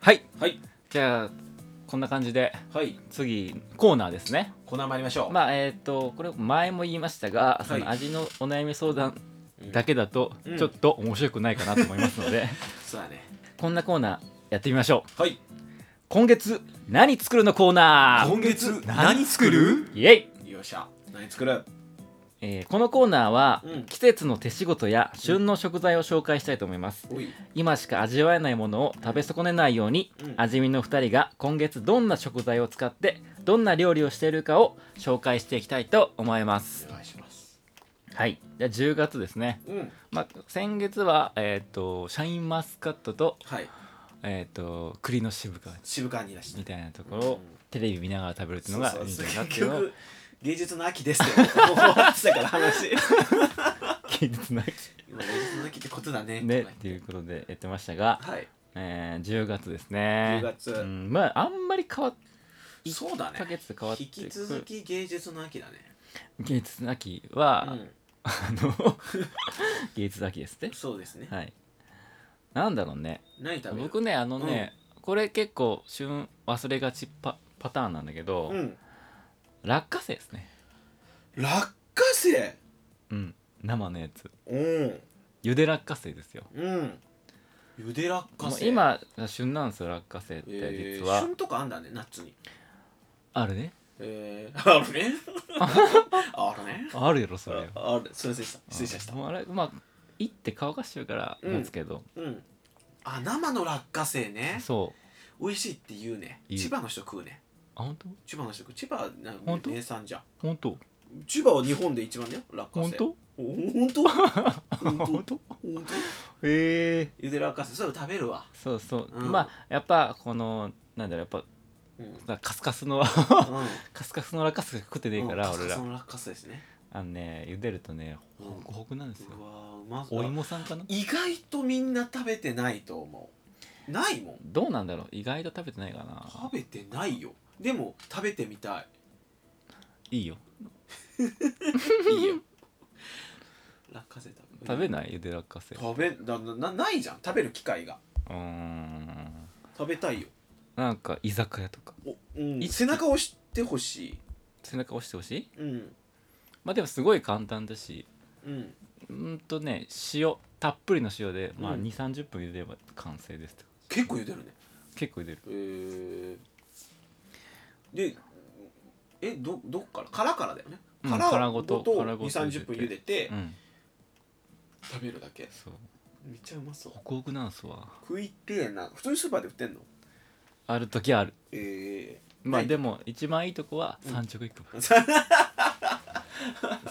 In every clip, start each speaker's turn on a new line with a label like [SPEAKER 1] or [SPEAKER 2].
[SPEAKER 1] はい
[SPEAKER 2] はい
[SPEAKER 1] じゃあこんな感じで
[SPEAKER 2] はい
[SPEAKER 1] 次コーナーですね
[SPEAKER 2] コーナー参りましょう、
[SPEAKER 1] まあえっ、とこれ前も言いましたが、その味のお悩み相談だけだと
[SPEAKER 2] うん
[SPEAKER 1] ちょっと面白くないかなと思いますので、
[SPEAKER 2] そうだね
[SPEAKER 1] こんなコーナーやってみましょう
[SPEAKER 2] はい
[SPEAKER 1] 今月何作るのコーナー
[SPEAKER 2] 今月
[SPEAKER 1] 何
[SPEAKER 2] 作る
[SPEAKER 1] イエイ
[SPEAKER 2] よっしゃ何作る
[SPEAKER 1] えーこのコーナーは、
[SPEAKER 2] うん
[SPEAKER 1] 季節の手仕事や旬の食材を紹介したいと思います、
[SPEAKER 2] おい
[SPEAKER 1] 今しか味わえないものを食べ損ねないように、
[SPEAKER 2] うん
[SPEAKER 1] 味見の2人が今月どんな食材を使ってどんな料理をしているかを紹介していきたいと思います
[SPEAKER 2] お願いします
[SPEAKER 1] はいじゃあ10月ですね、
[SPEAKER 2] うん
[SPEAKER 1] まあ、先月は、えー、とシャインマスカットと,、
[SPEAKER 2] はい
[SPEAKER 1] えー、と栗の渋皮
[SPEAKER 2] 渋川にいらし
[SPEAKER 1] み
[SPEAKER 2] ゃ
[SPEAKER 1] たいなところをテレビ見ながら食べるっていうのがいいんじゃないかなって
[SPEAKER 2] 結
[SPEAKER 1] いうのを
[SPEAKER 2] 局芸術の秋ですって思ってたから話
[SPEAKER 1] 聞いてない
[SPEAKER 2] 今芸術の秋ってことだね
[SPEAKER 1] ね
[SPEAKER 2] とか
[SPEAKER 1] って
[SPEAKER 2] 言
[SPEAKER 1] い
[SPEAKER 2] っ
[SPEAKER 1] う
[SPEAKER 2] て
[SPEAKER 1] ことでやってましたが、
[SPEAKER 2] はい
[SPEAKER 1] えー、10月ですね
[SPEAKER 2] 10月
[SPEAKER 1] うん、まああんまり変わっ
[SPEAKER 2] そうだ
[SPEAKER 1] 1
[SPEAKER 2] ね
[SPEAKER 1] ヶ月変わって
[SPEAKER 2] 引き続き芸術の秋だね
[SPEAKER 1] 芸術の秋は、
[SPEAKER 2] うん
[SPEAKER 1] あの 芸術の秋ですね
[SPEAKER 2] そうですね
[SPEAKER 1] はいなんだろうね
[SPEAKER 2] 何食べる
[SPEAKER 1] 僕ねあのね、これ結構旬忘れがちパパターンなんだけど、
[SPEAKER 2] うん
[SPEAKER 1] 落花生ですね
[SPEAKER 2] 落花生
[SPEAKER 1] うん生のやつ
[SPEAKER 2] うん
[SPEAKER 1] ゆで落花生ですよ
[SPEAKER 2] うんゆで落花
[SPEAKER 1] もう
[SPEAKER 2] 生
[SPEAKER 1] 今が旬なんですよ落花生って
[SPEAKER 2] えー
[SPEAKER 1] 実は、
[SPEAKER 2] 旬とかあんだねナッツに
[SPEAKER 1] あるね
[SPEAKER 2] えー、 あるねあるね
[SPEAKER 1] あるやろそれ
[SPEAKER 2] あるすいませんでした失礼しました
[SPEAKER 1] ああれまあいって乾かしてるから
[SPEAKER 2] うん
[SPEAKER 1] なんですけど、
[SPEAKER 2] うんあ生の落花生ね
[SPEAKER 1] そう
[SPEAKER 2] 美味しいって言うね
[SPEAKER 1] 言う
[SPEAKER 2] 千葉の人食うね
[SPEAKER 1] あ本当
[SPEAKER 2] 千葉の人食う千葉な
[SPEAKER 1] 本当
[SPEAKER 2] 名産じゃん
[SPEAKER 1] 本当
[SPEAKER 2] 千葉は日本で一番だよ落花
[SPEAKER 1] 本
[SPEAKER 2] 生
[SPEAKER 1] 当
[SPEAKER 2] お本当本当
[SPEAKER 1] 本当
[SPEAKER 2] 本当
[SPEAKER 1] へえ
[SPEAKER 2] ゆで落花生それ食べるわ
[SPEAKER 1] そうそう、
[SPEAKER 2] うん
[SPEAKER 1] まあやっぱこのなんだろうやっ
[SPEAKER 2] うん、うん、
[SPEAKER 1] ぱカスカスのカスカスの落花生食ってねえから、
[SPEAKER 2] うん
[SPEAKER 1] 俺ら
[SPEAKER 2] その落花生ですね
[SPEAKER 1] あのね茹でるとね
[SPEAKER 2] うん
[SPEAKER 1] ホクホクなんですよ
[SPEAKER 2] うわーうまそう
[SPEAKER 1] お芋さんかな
[SPEAKER 2] 意外とみんな食べてないと思うないもん
[SPEAKER 1] どうなんだろう意外と食べてないかな
[SPEAKER 2] 食べてないよでも食べてみたい
[SPEAKER 1] いいよ
[SPEAKER 2] いいよ落花生食べ
[SPEAKER 1] 食べ
[SPEAKER 2] ない
[SPEAKER 1] ない茹で落花生う
[SPEAKER 2] 食べだななないじゃん食べる機会が
[SPEAKER 1] ーん
[SPEAKER 2] 食べたいよ
[SPEAKER 1] なんか居酒屋とか
[SPEAKER 2] お、うん、
[SPEAKER 1] い
[SPEAKER 2] 背中押してほしい
[SPEAKER 1] 背中押してほしい
[SPEAKER 2] うん
[SPEAKER 1] まあでもすごい簡単だし
[SPEAKER 2] うん
[SPEAKER 1] うーんとね塩たっぷりの塩で、まあ、
[SPEAKER 2] うん
[SPEAKER 1] 2 3 0分茹でれば完成ですって
[SPEAKER 2] 結構茹でるね
[SPEAKER 1] 結構茹でる
[SPEAKER 2] えー、でえどどっから殻からだよね
[SPEAKER 1] うん
[SPEAKER 2] 殻
[SPEAKER 1] 殻ごと殻
[SPEAKER 2] 2
[SPEAKER 1] ごと
[SPEAKER 2] 3 0分茹でて、
[SPEAKER 1] うん
[SPEAKER 2] 食べるだけ
[SPEAKER 1] そう
[SPEAKER 2] めっちゃうまそう
[SPEAKER 1] ホクホクなんすわ
[SPEAKER 2] 食いてえな普通にスーパーで売ってんの
[SPEAKER 1] ある時ある
[SPEAKER 2] え
[SPEAKER 1] まあ
[SPEAKER 2] ない
[SPEAKER 1] でも一番いいとこは
[SPEAKER 2] うん
[SPEAKER 1] 三直 行こ
[SPEAKER 2] え
[SPEAKER 1] う、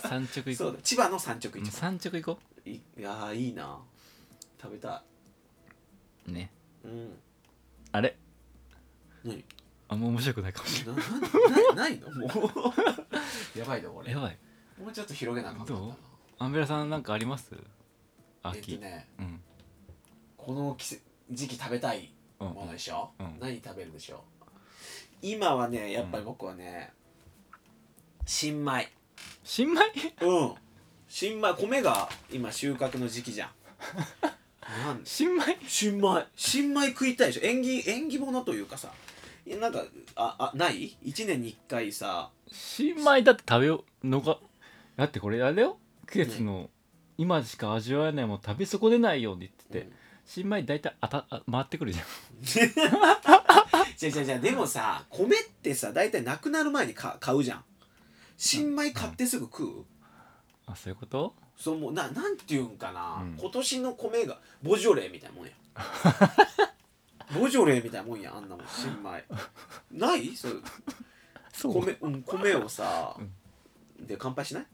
[SPEAKER 1] 三直行こ
[SPEAKER 2] そうだ千葉の産直
[SPEAKER 1] ううん
[SPEAKER 2] 市場
[SPEAKER 1] 三直行こ
[SPEAKER 2] いいやーいいな食べた
[SPEAKER 1] うね
[SPEAKER 2] いうん
[SPEAKER 1] あれ
[SPEAKER 2] 何
[SPEAKER 1] あんま面白くないかもしれ
[SPEAKER 2] ななな ないのもう やばいなこ
[SPEAKER 1] ないやばい
[SPEAKER 2] もうちょっと広げなあかんかったな
[SPEAKER 1] どアンベラさんなんかあります
[SPEAKER 2] えっ
[SPEAKER 1] 秋、
[SPEAKER 2] とね
[SPEAKER 1] うん
[SPEAKER 2] この季節時期食べたい
[SPEAKER 1] うん
[SPEAKER 2] ものでしょ、
[SPEAKER 1] うん
[SPEAKER 2] 何食べるでしょう今はねやっぱり僕はね、新米
[SPEAKER 1] 新米
[SPEAKER 2] うん新米米が今収穫の時期 じゃんなん
[SPEAKER 1] 新米
[SPEAKER 2] 新米新米食いたいでしょ縁起縁起物というかさいやなんかああない一年に一回さ
[SPEAKER 1] 新米だって食べようのがだってこれあれよ季節の今しか味わえないもん食べ損ねないようにって言って、
[SPEAKER 2] うん
[SPEAKER 1] 新米大体あたあ回ってくるじゃん
[SPEAKER 2] じゃじゃじゃでもさ米ってさ大体なくなる前にか買うじゃん新米買ってすぐ食う、
[SPEAKER 1] あそういうこと
[SPEAKER 2] そのもうななんていうんかな、
[SPEAKER 1] うん
[SPEAKER 2] 今年の米がボジョレーみたい なもんやボジョレーみたいなもんやあんなもん新米ないそう
[SPEAKER 1] そう
[SPEAKER 2] 米,、うん、米をさ、
[SPEAKER 1] うん
[SPEAKER 2] で乾杯しない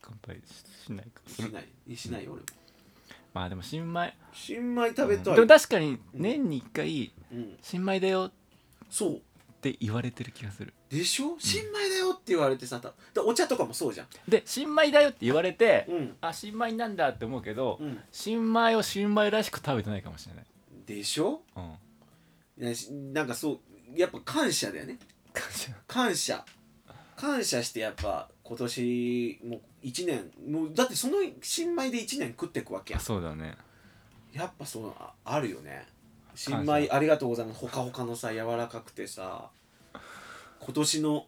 [SPEAKER 1] 乾杯ししないか
[SPEAKER 2] しないしないよ俺も
[SPEAKER 1] まあでも新米
[SPEAKER 2] 新米食べたい、
[SPEAKER 1] でも確かに年に1回
[SPEAKER 2] うん、
[SPEAKER 1] 新米だよ
[SPEAKER 2] そう
[SPEAKER 1] って言われてる気がする
[SPEAKER 2] でしょ新米だよって言われてさただお茶とかもそうじゃん
[SPEAKER 1] で新米だよって言われて、
[SPEAKER 2] うん
[SPEAKER 1] あ新米なんだって思うけど、
[SPEAKER 2] うん
[SPEAKER 1] 新米を新米らしく食べてないかもしれない、
[SPEAKER 2] でしょ
[SPEAKER 1] うん、
[SPEAKER 2] なしなんかそうやっぱ感謝だよね
[SPEAKER 1] 感謝
[SPEAKER 2] 感謝感謝してやっぱ今年もう1年もうだってその新米で1年食ってくわけや
[SPEAKER 1] そうだね
[SPEAKER 2] んやっぱそのああるよね新米ありがとうございますほかほかのさ柔らかくてさ今年の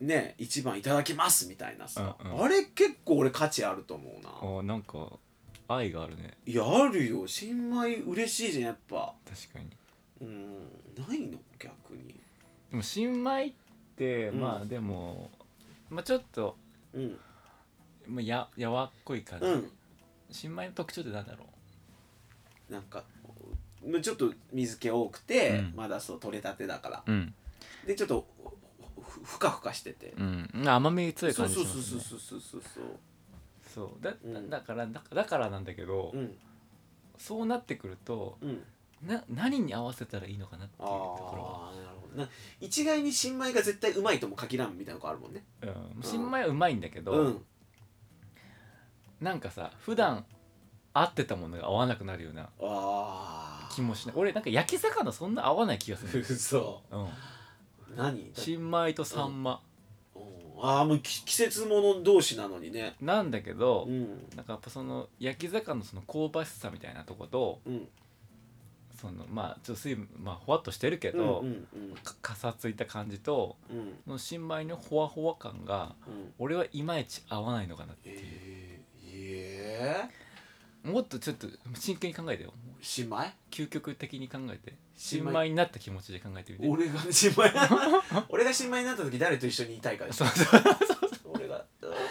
[SPEAKER 2] ね一番いただきますみたいなさ、
[SPEAKER 1] うんうん
[SPEAKER 2] あれ結構俺価値あると思うな、
[SPEAKER 1] あなんか愛があるね
[SPEAKER 2] いやあるよ新米嬉しいじゃんやっぱ
[SPEAKER 1] 確かに
[SPEAKER 2] うんないの逆に
[SPEAKER 1] でも新米って、
[SPEAKER 2] うん
[SPEAKER 1] まあでも、まあ、ちょっと、
[SPEAKER 2] うん
[SPEAKER 1] まあ、ややわっこい感じ、
[SPEAKER 2] うん
[SPEAKER 1] 新米の特徴ってなんだろ
[SPEAKER 2] なんかまちょっと水気多くて、
[SPEAKER 1] うん
[SPEAKER 2] まだそう取れたてだから
[SPEAKER 1] ううん
[SPEAKER 2] でちょっとふふふかふかしてて、
[SPEAKER 1] うん甘み強い
[SPEAKER 2] そう
[SPEAKER 1] 感じし
[SPEAKER 2] そう
[SPEAKER 1] ます
[SPEAKER 2] そ
[SPEAKER 1] ね
[SPEAKER 2] うそうそうそうそう
[SPEAKER 1] そうだ
[SPEAKER 2] うん
[SPEAKER 1] だからだだからなんだけど、
[SPEAKER 2] うん
[SPEAKER 1] そうなってくると
[SPEAKER 2] うん
[SPEAKER 1] な何に合わせたらいいのかなっていう
[SPEAKER 2] あ
[SPEAKER 1] とこ
[SPEAKER 2] あなるほどな一概に新米が絶対うまいとも限らんみたいなとこあるもんね
[SPEAKER 1] ろは、うん、新米はうまいんだけど、
[SPEAKER 2] うん
[SPEAKER 1] なんかさ普段合ってたものが合わなくなるような
[SPEAKER 2] あ
[SPEAKER 1] 気もしない俺なんか焼き魚そんな合わない気がする、
[SPEAKER 2] そ
[SPEAKER 1] うん、
[SPEAKER 2] 何だ
[SPEAKER 1] 新米とサンマ、
[SPEAKER 2] うんああもうき季節もの同士なのにね
[SPEAKER 1] なんだけど、
[SPEAKER 2] うん
[SPEAKER 1] なんかやっぱその焼き魚のその香ばしさみたいなとこと
[SPEAKER 2] うん
[SPEAKER 1] そのまあちょっと水分まあほわっとしてるけど、
[SPEAKER 2] うんうん
[SPEAKER 1] かかさついた感じと
[SPEAKER 2] うんうん
[SPEAKER 1] その新米のほわほわ感が
[SPEAKER 2] うん
[SPEAKER 1] 俺はいまいち合わないのかなっていう、
[SPEAKER 2] えー、え
[SPEAKER 1] もっとちょっと真剣に考えてよもう
[SPEAKER 2] ー、新米
[SPEAKER 1] 究極的に考えて
[SPEAKER 2] 新
[SPEAKER 1] 新
[SPEAKER 2] 米
[SPEAKER 1] 米になった気持ちで考えてみて
[SPEAKER 2] 俺が新 米俺が新米になった時誰と一緒にいたいかでしょ
[SPEAKER 1] そうそう
[SPEAKER 2] 俺が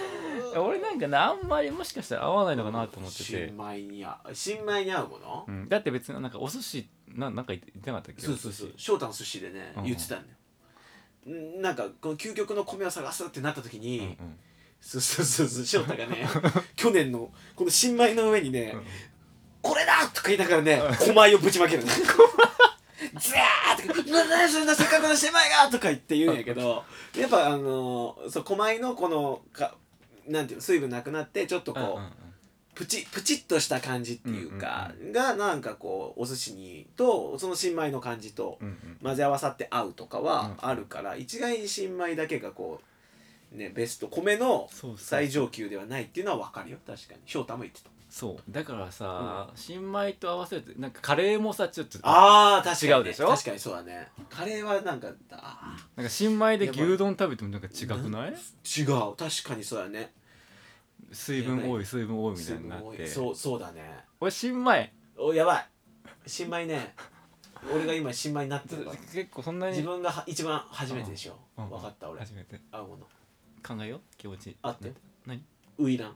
[SPEAKER 1] 俺なんかなあんまりもしかしたら合わないのかなと思ってて
[SPEAKER 2] 新、米に合う新米に合うもの、
[SPEAKER 1] うん、だって別になんかお寿司ななんか言って言ってなかったっけ
[SPEAKER 2] そうそうそう
[SPEAKER 1] お寿司
[SPEAKER 2] 翔太の寿司でね
[SPEAKER 1] うんうん
[SPEAKER 2] 言ってたんだよ、んなんかこの究極の米を探すってなった時に、
[SPEAKER 1] うんうん
[SPEAKER 2] そうそうそうそう翔太がね去年のこの新米の上にね、
[SPEAKER 1] うん
[SPEAKER 2] これだとか言いながらね狛江をぶちまけるねずーっとか「な何すんだせっかくの新米が!」とか言って言うんやけどやっぱあのーそう狛江のこのかなんていうの水分なくなってちょっとこう、
[SPEAKER 1] うんうん
[SPEAKER 2] プチプチっとした感じっていうか、がなんかこうお寿司にとその新米の感じと
[SPEAKER 1] うんうん
[SPEAKER 2] 混ぜ合わさって合うとかは
[SPEAKER 1] うん
[SPEAKER 2] あるから、一概に新米だけがこうねベスト米の
[SPEAKER 1] そうそう
[SPEAKER 2] 最上級ではないっていうのは分かるよ確かに翔太も言ってた
[SPEAKER 1] そうだからさ、新米と合わせるとなんかカレーもさちょっとなん
[SPEAKER 2] あー確かに、ね、
[SPEAKER 1] 違うでしょ
[SPEAKER 2] 確かにそうだねカレーはなんかあー
[SPEAKER 1] か新米で牛丼食べてもなんか違くない
[SPEAKER 2] 違う確かにそうだね
[SPEAKER 1] 水分
[SPEAKER 2] や
[SPEAKER 1] 多
[SPEAKER 2] ば
[SPEAKER 1] い水分多いみた
[SPEAKER 2] す
[SPEAKER 1] いになっ
[SPEAKER 2] ごい
[SPEAKER 1] て
[SPEAKER 2] そうそうだね
[SPEAKER 1] 俺新米
[SPEAKER 2] おやばい新米ね俺が今新米になってるから
[SPEAKER 1] 結構そんなに
[SPEAKER 2] 自分がは一番初めてでしょ、
[SPEAKER 1] うん
[SPEAKER 2] 分かった俺
[SPEAKER 1] 初めて
[SPEAKER 2] 合うもの
[SPEAKER 1] 考えよう気持ち
[SPEAKER 2] 合って
[SPEAKER 1] 何
[SPEAKER 2] ウイラン
[SPEAKER 1] い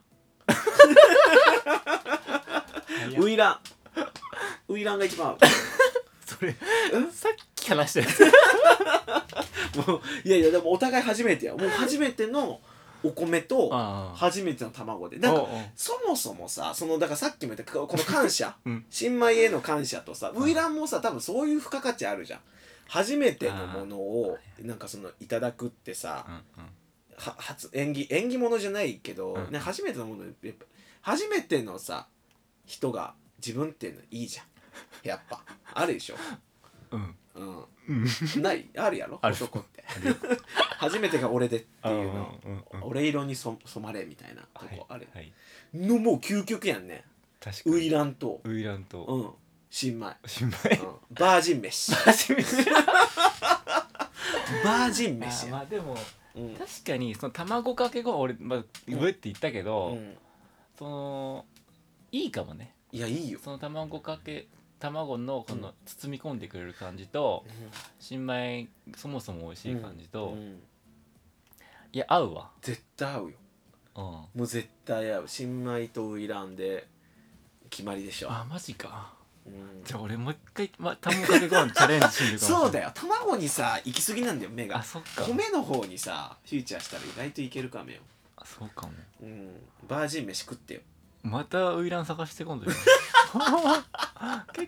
[SPEAKER 1] や
[SPEAKER 2] ウイランウイランが一番合
[SPEAKER 1] それ
[SPEAKER 2] ん
[SPEAKER 1] さっき話したやつ
[SPEAKER 2] うもういやいやでもお互い初めてやもう初めてのお米と
[SPEAKER 1] ああ
[SPEAKER 2] 初めての卵でなん
[SPEAKER 1] お
[SPEAKER 2] か
[SPEAKER 1] うおう
[SPEAKER 2] そもそもさそのだからさっきも言ったここの感謝、
[SPEAKER 1] うん
[SPEAKER 2] 新米への感謝とさ
[SPEAKER 1] ん
[SPEAKER 2] ウイランもさ多分そういう付加価値あるじゃん初めてのものをなんかそのいただくってさ、
[SPEAKER 1] うんうん
[SPEAKER 2] は初縁起縁起物じゃないけど、
[SPEAKER 1] うん
[SPEAKER 2] ね、初めてのものやっぱ初めてのさ人が自分っていうのいいじゃんやっぱあるでしょ、
[SPEAKER 1] うん
[SPEAKER 2] う
[SPEAKER 1] うん
[SPEAKER 2] ん、ないあるやろ
[SPEAKER 1] ある
[SPEAKER 2] 男って 初めてが俺でっていうの
[SPEAKER 1] うんうんうん
[SPEAKER 2] 俺色に染染まれみたいなと
[SPEAKER 1] はい
[SPEAKER 2] こある、
[SPEAKER 1] はい
[SPEAKER 2] のもう究極やんね
[SPEAKER 1] 確か
[SPEAKER 2] ウ
[SPEAKER 1] に
[SPEAKER 2] イランと、
[SPEAKER 1] ウイラン
[SPEAKER 2] う
[SPEAKER 1] と
[SPEAKER 2] ん、新米、
[SPEAKER 1] 新
[SPEAKER 2] う
[SPEAKER 1] 米
[SPEAKER 2] ん、バージン 飯
[SPEAKER 1] 初めて
[SPEAKER 2] バージン
[SPEAKER 1] あ
[SPEAKER 2] 飯
[SPEAKER 1] ー
[SPEAKER 2] や、
[SPEAKER 1] まあでも
[SPEAKER 2] うん
[SPEAKER 1] 確かにその卵かけご飯俺まあ上って言ったけど、
[SPEAKER 2] うん、
[SPEAKER 1] そのいいかもね
[SPEAKER 2] いやいいよ、
[SPEAKER 1] その卵かけ卵のこの包み込んでくれる感じと、新米そもそも美味しい感じと、
[SPEAKER 2] う
[SPEAKER 1] い
[SPEAKER 2] ん
[SPEAKER 1] や合うわ
[SPEAKER 2] 絶対合うよ
[SPEAKER 1] うん
[SPEAKER 2] もう絶対合う新米とウイランで決まりでしょ、
[SPEAKER 1] あマジか
[SPEAKER 2] うん
[SPEAKER 1] じゃあ俺もう一回、ま、卵かけご飯チャレンジしてみるかも
[SPEAKER 2] そうだ
[SPEAKER 1] よ
[SPEAKER 2] よ卵にさ行き過ぎなんだよ目
[SPEAKER 1] あ
[SPEAKER 2] が
[SPEAKER 1] そっか
[SPEAKER 2] 米の方にさフューチャーしたら意外といけるかもよ、
[SPEAKER 1] あそうかも
[SPEAKER 2] うん、バージン飯食ってよ
[SPEAKER 1] またウイラン探して今度 結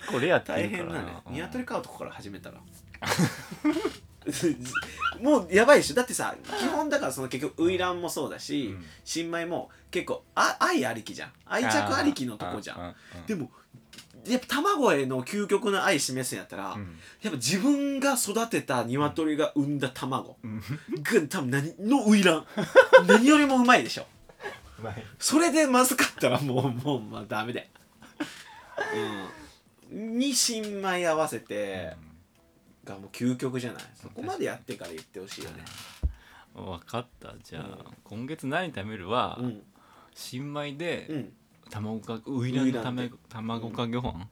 [SPEAKER 1] 構レアって
[SPEAKER 2] 大
[SPEAKER 1] 言
[SPEAKER 2] 変
[SPEAKER 1] うか
[SPEAKER 2] だ
[SPEAKER 1] ら
[SPEAKER 2] ね
[SPEAKER 1] うん
[SPEAKER 2] 鶏飼うとこから始めたら もうやばいでしょだってさ基本だからその結局ウイランもそうだし、
[SPEAKER 1] うん
[SPEAKER 2] 新米も結構あ愛ありきじゃん愛着ありきのとこじゃん
[SPEAKER 1] あー
[SPEAKER 2] でもやっぱ卵への究極の愛示すんやったら、
[SPEAKER 1] うんうん
[SPEAKER 2] やっぱ自分が育てた鶏が産んだ卵
[SPEAKER 1] うん
[SPEAKER 2] が多分何のウイラン何よりもうまいでしょ
[SPEAKER 1] うまい
[SPEAKER 2] それでまずかったらもうもうまあダメだよ、うん、に新米合わせて
[SPEAKER 1] うん
[SPEAKER 2] がもう究極じゃないそこまでやってから言ってほしいよね
[SPEAKER 1] 分かったじゃあ、
[SPEAKER 2] うん
[SPEAKER 1] 今月何食べるは、
[SPEAKER 2] うん
[SPEAKER 1] 新米
[SPEAKER 2] う
[SPEAKER 1] で
[SPEAKER 2] ん
[SPEAKER 1] 卵かウイランのた
[SPEAKER 2] ウイラン
[SPEAKER 1] め
[SPEAKER 2] で
[SPEAKER 1] 卵かけご飯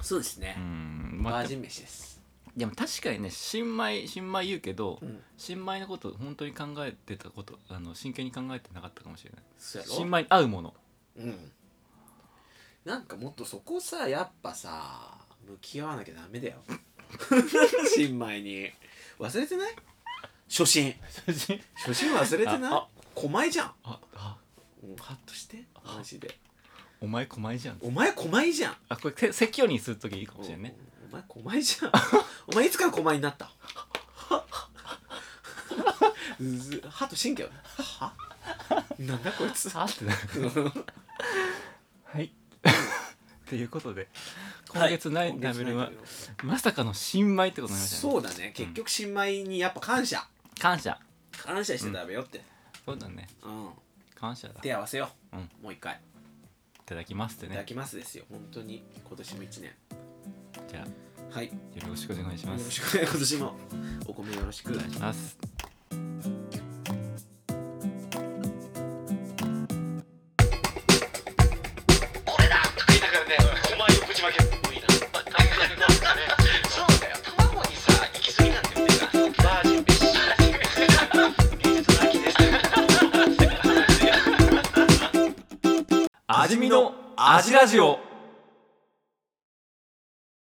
[SPEAKER 2] そうですね
[SPEAKER 1] うん、ま
[SPEAKER 2] バ
[SPEAKER 1] あ、で
[SPEAKER 2] ージ
[SPEAKER 1] も
[SPEAKER 2] ン飯です
[SPEAKER 1] でも確かにね新米新米言うけど、
[SPEAKER 2] うん
[SPEAKER 1] 新米のこと本当に考えてたことあの真剣に考えてなかったかもしれない
[SPEAKER 2] そうやろ
[SPEAKER 1] 新米に合うも の
[SPEAKER 2] うんなんかもっとそこさやっぱさ向き合わなきゃダ メだよ新米に忘れてない初心初心忘れて
[SPEAKER 1] あ
[SPEAKER 2] な
[SPEAKER 1] あ
[SPEAKER 2] い狛江じゃん
[SPEAKER 1] ああ
[SPEAKER 2] うんハッとしてマジで
[SPEAKER 1] お前狛江じゃん
[SPEAKER 2] お前狛江じゃん
[SPEAKER 1] あこれせ説教にする時いいかもしれんね
[SPEAKER 2] おおお前狛江 じゃんお前いつから狛江になったず歯と神経ははなんだこいつ
[SPEAKER 1] さあってなる
[SPEAKER 2] 今
[SPEAKER 1] はいということで今月ない食べるは、まさかの新米ってことになりましたね
[SPEAKER 2] そうだね結局新米にやっぱ感謝
[SPEAKER 1] 感謝
[SPEAKER 2] 感謝して食べようって
[SPEAKER 1] そうだね
[SPEAKER 2] うん、
[SPEAKER 1] 感謝だい
[SPEAKER 2] 手合わせよう、
[SPEAKER 1] うん
[SPEAKER 2] もう一回
[SPEAKER 1] ただきますって
[SPEAKER 2] いただ
[SPEAKER 1] ね
[SPEAKER 2] きますですよ本当に今年も一年
[SPEAKER 1] じゃあよ
[SPEAKER 2] はいよ
[SPEAKER 1] ろしくお願いしま
[SPEAKER 2] ろ
[SPEAKER 1] す
[SPEAKER 2] しくね今年もお米よろしく
[SPEAKER 1] お願いします
[SPEAKER 2] 俺だとか言いながらね、お前をぶちまける。いいな。そうだよ。卵にさ、行き過ぎなんだよね。バージンビッシュ。芸術の秋です。
[SPEAKER 1] 味見の味ラジオ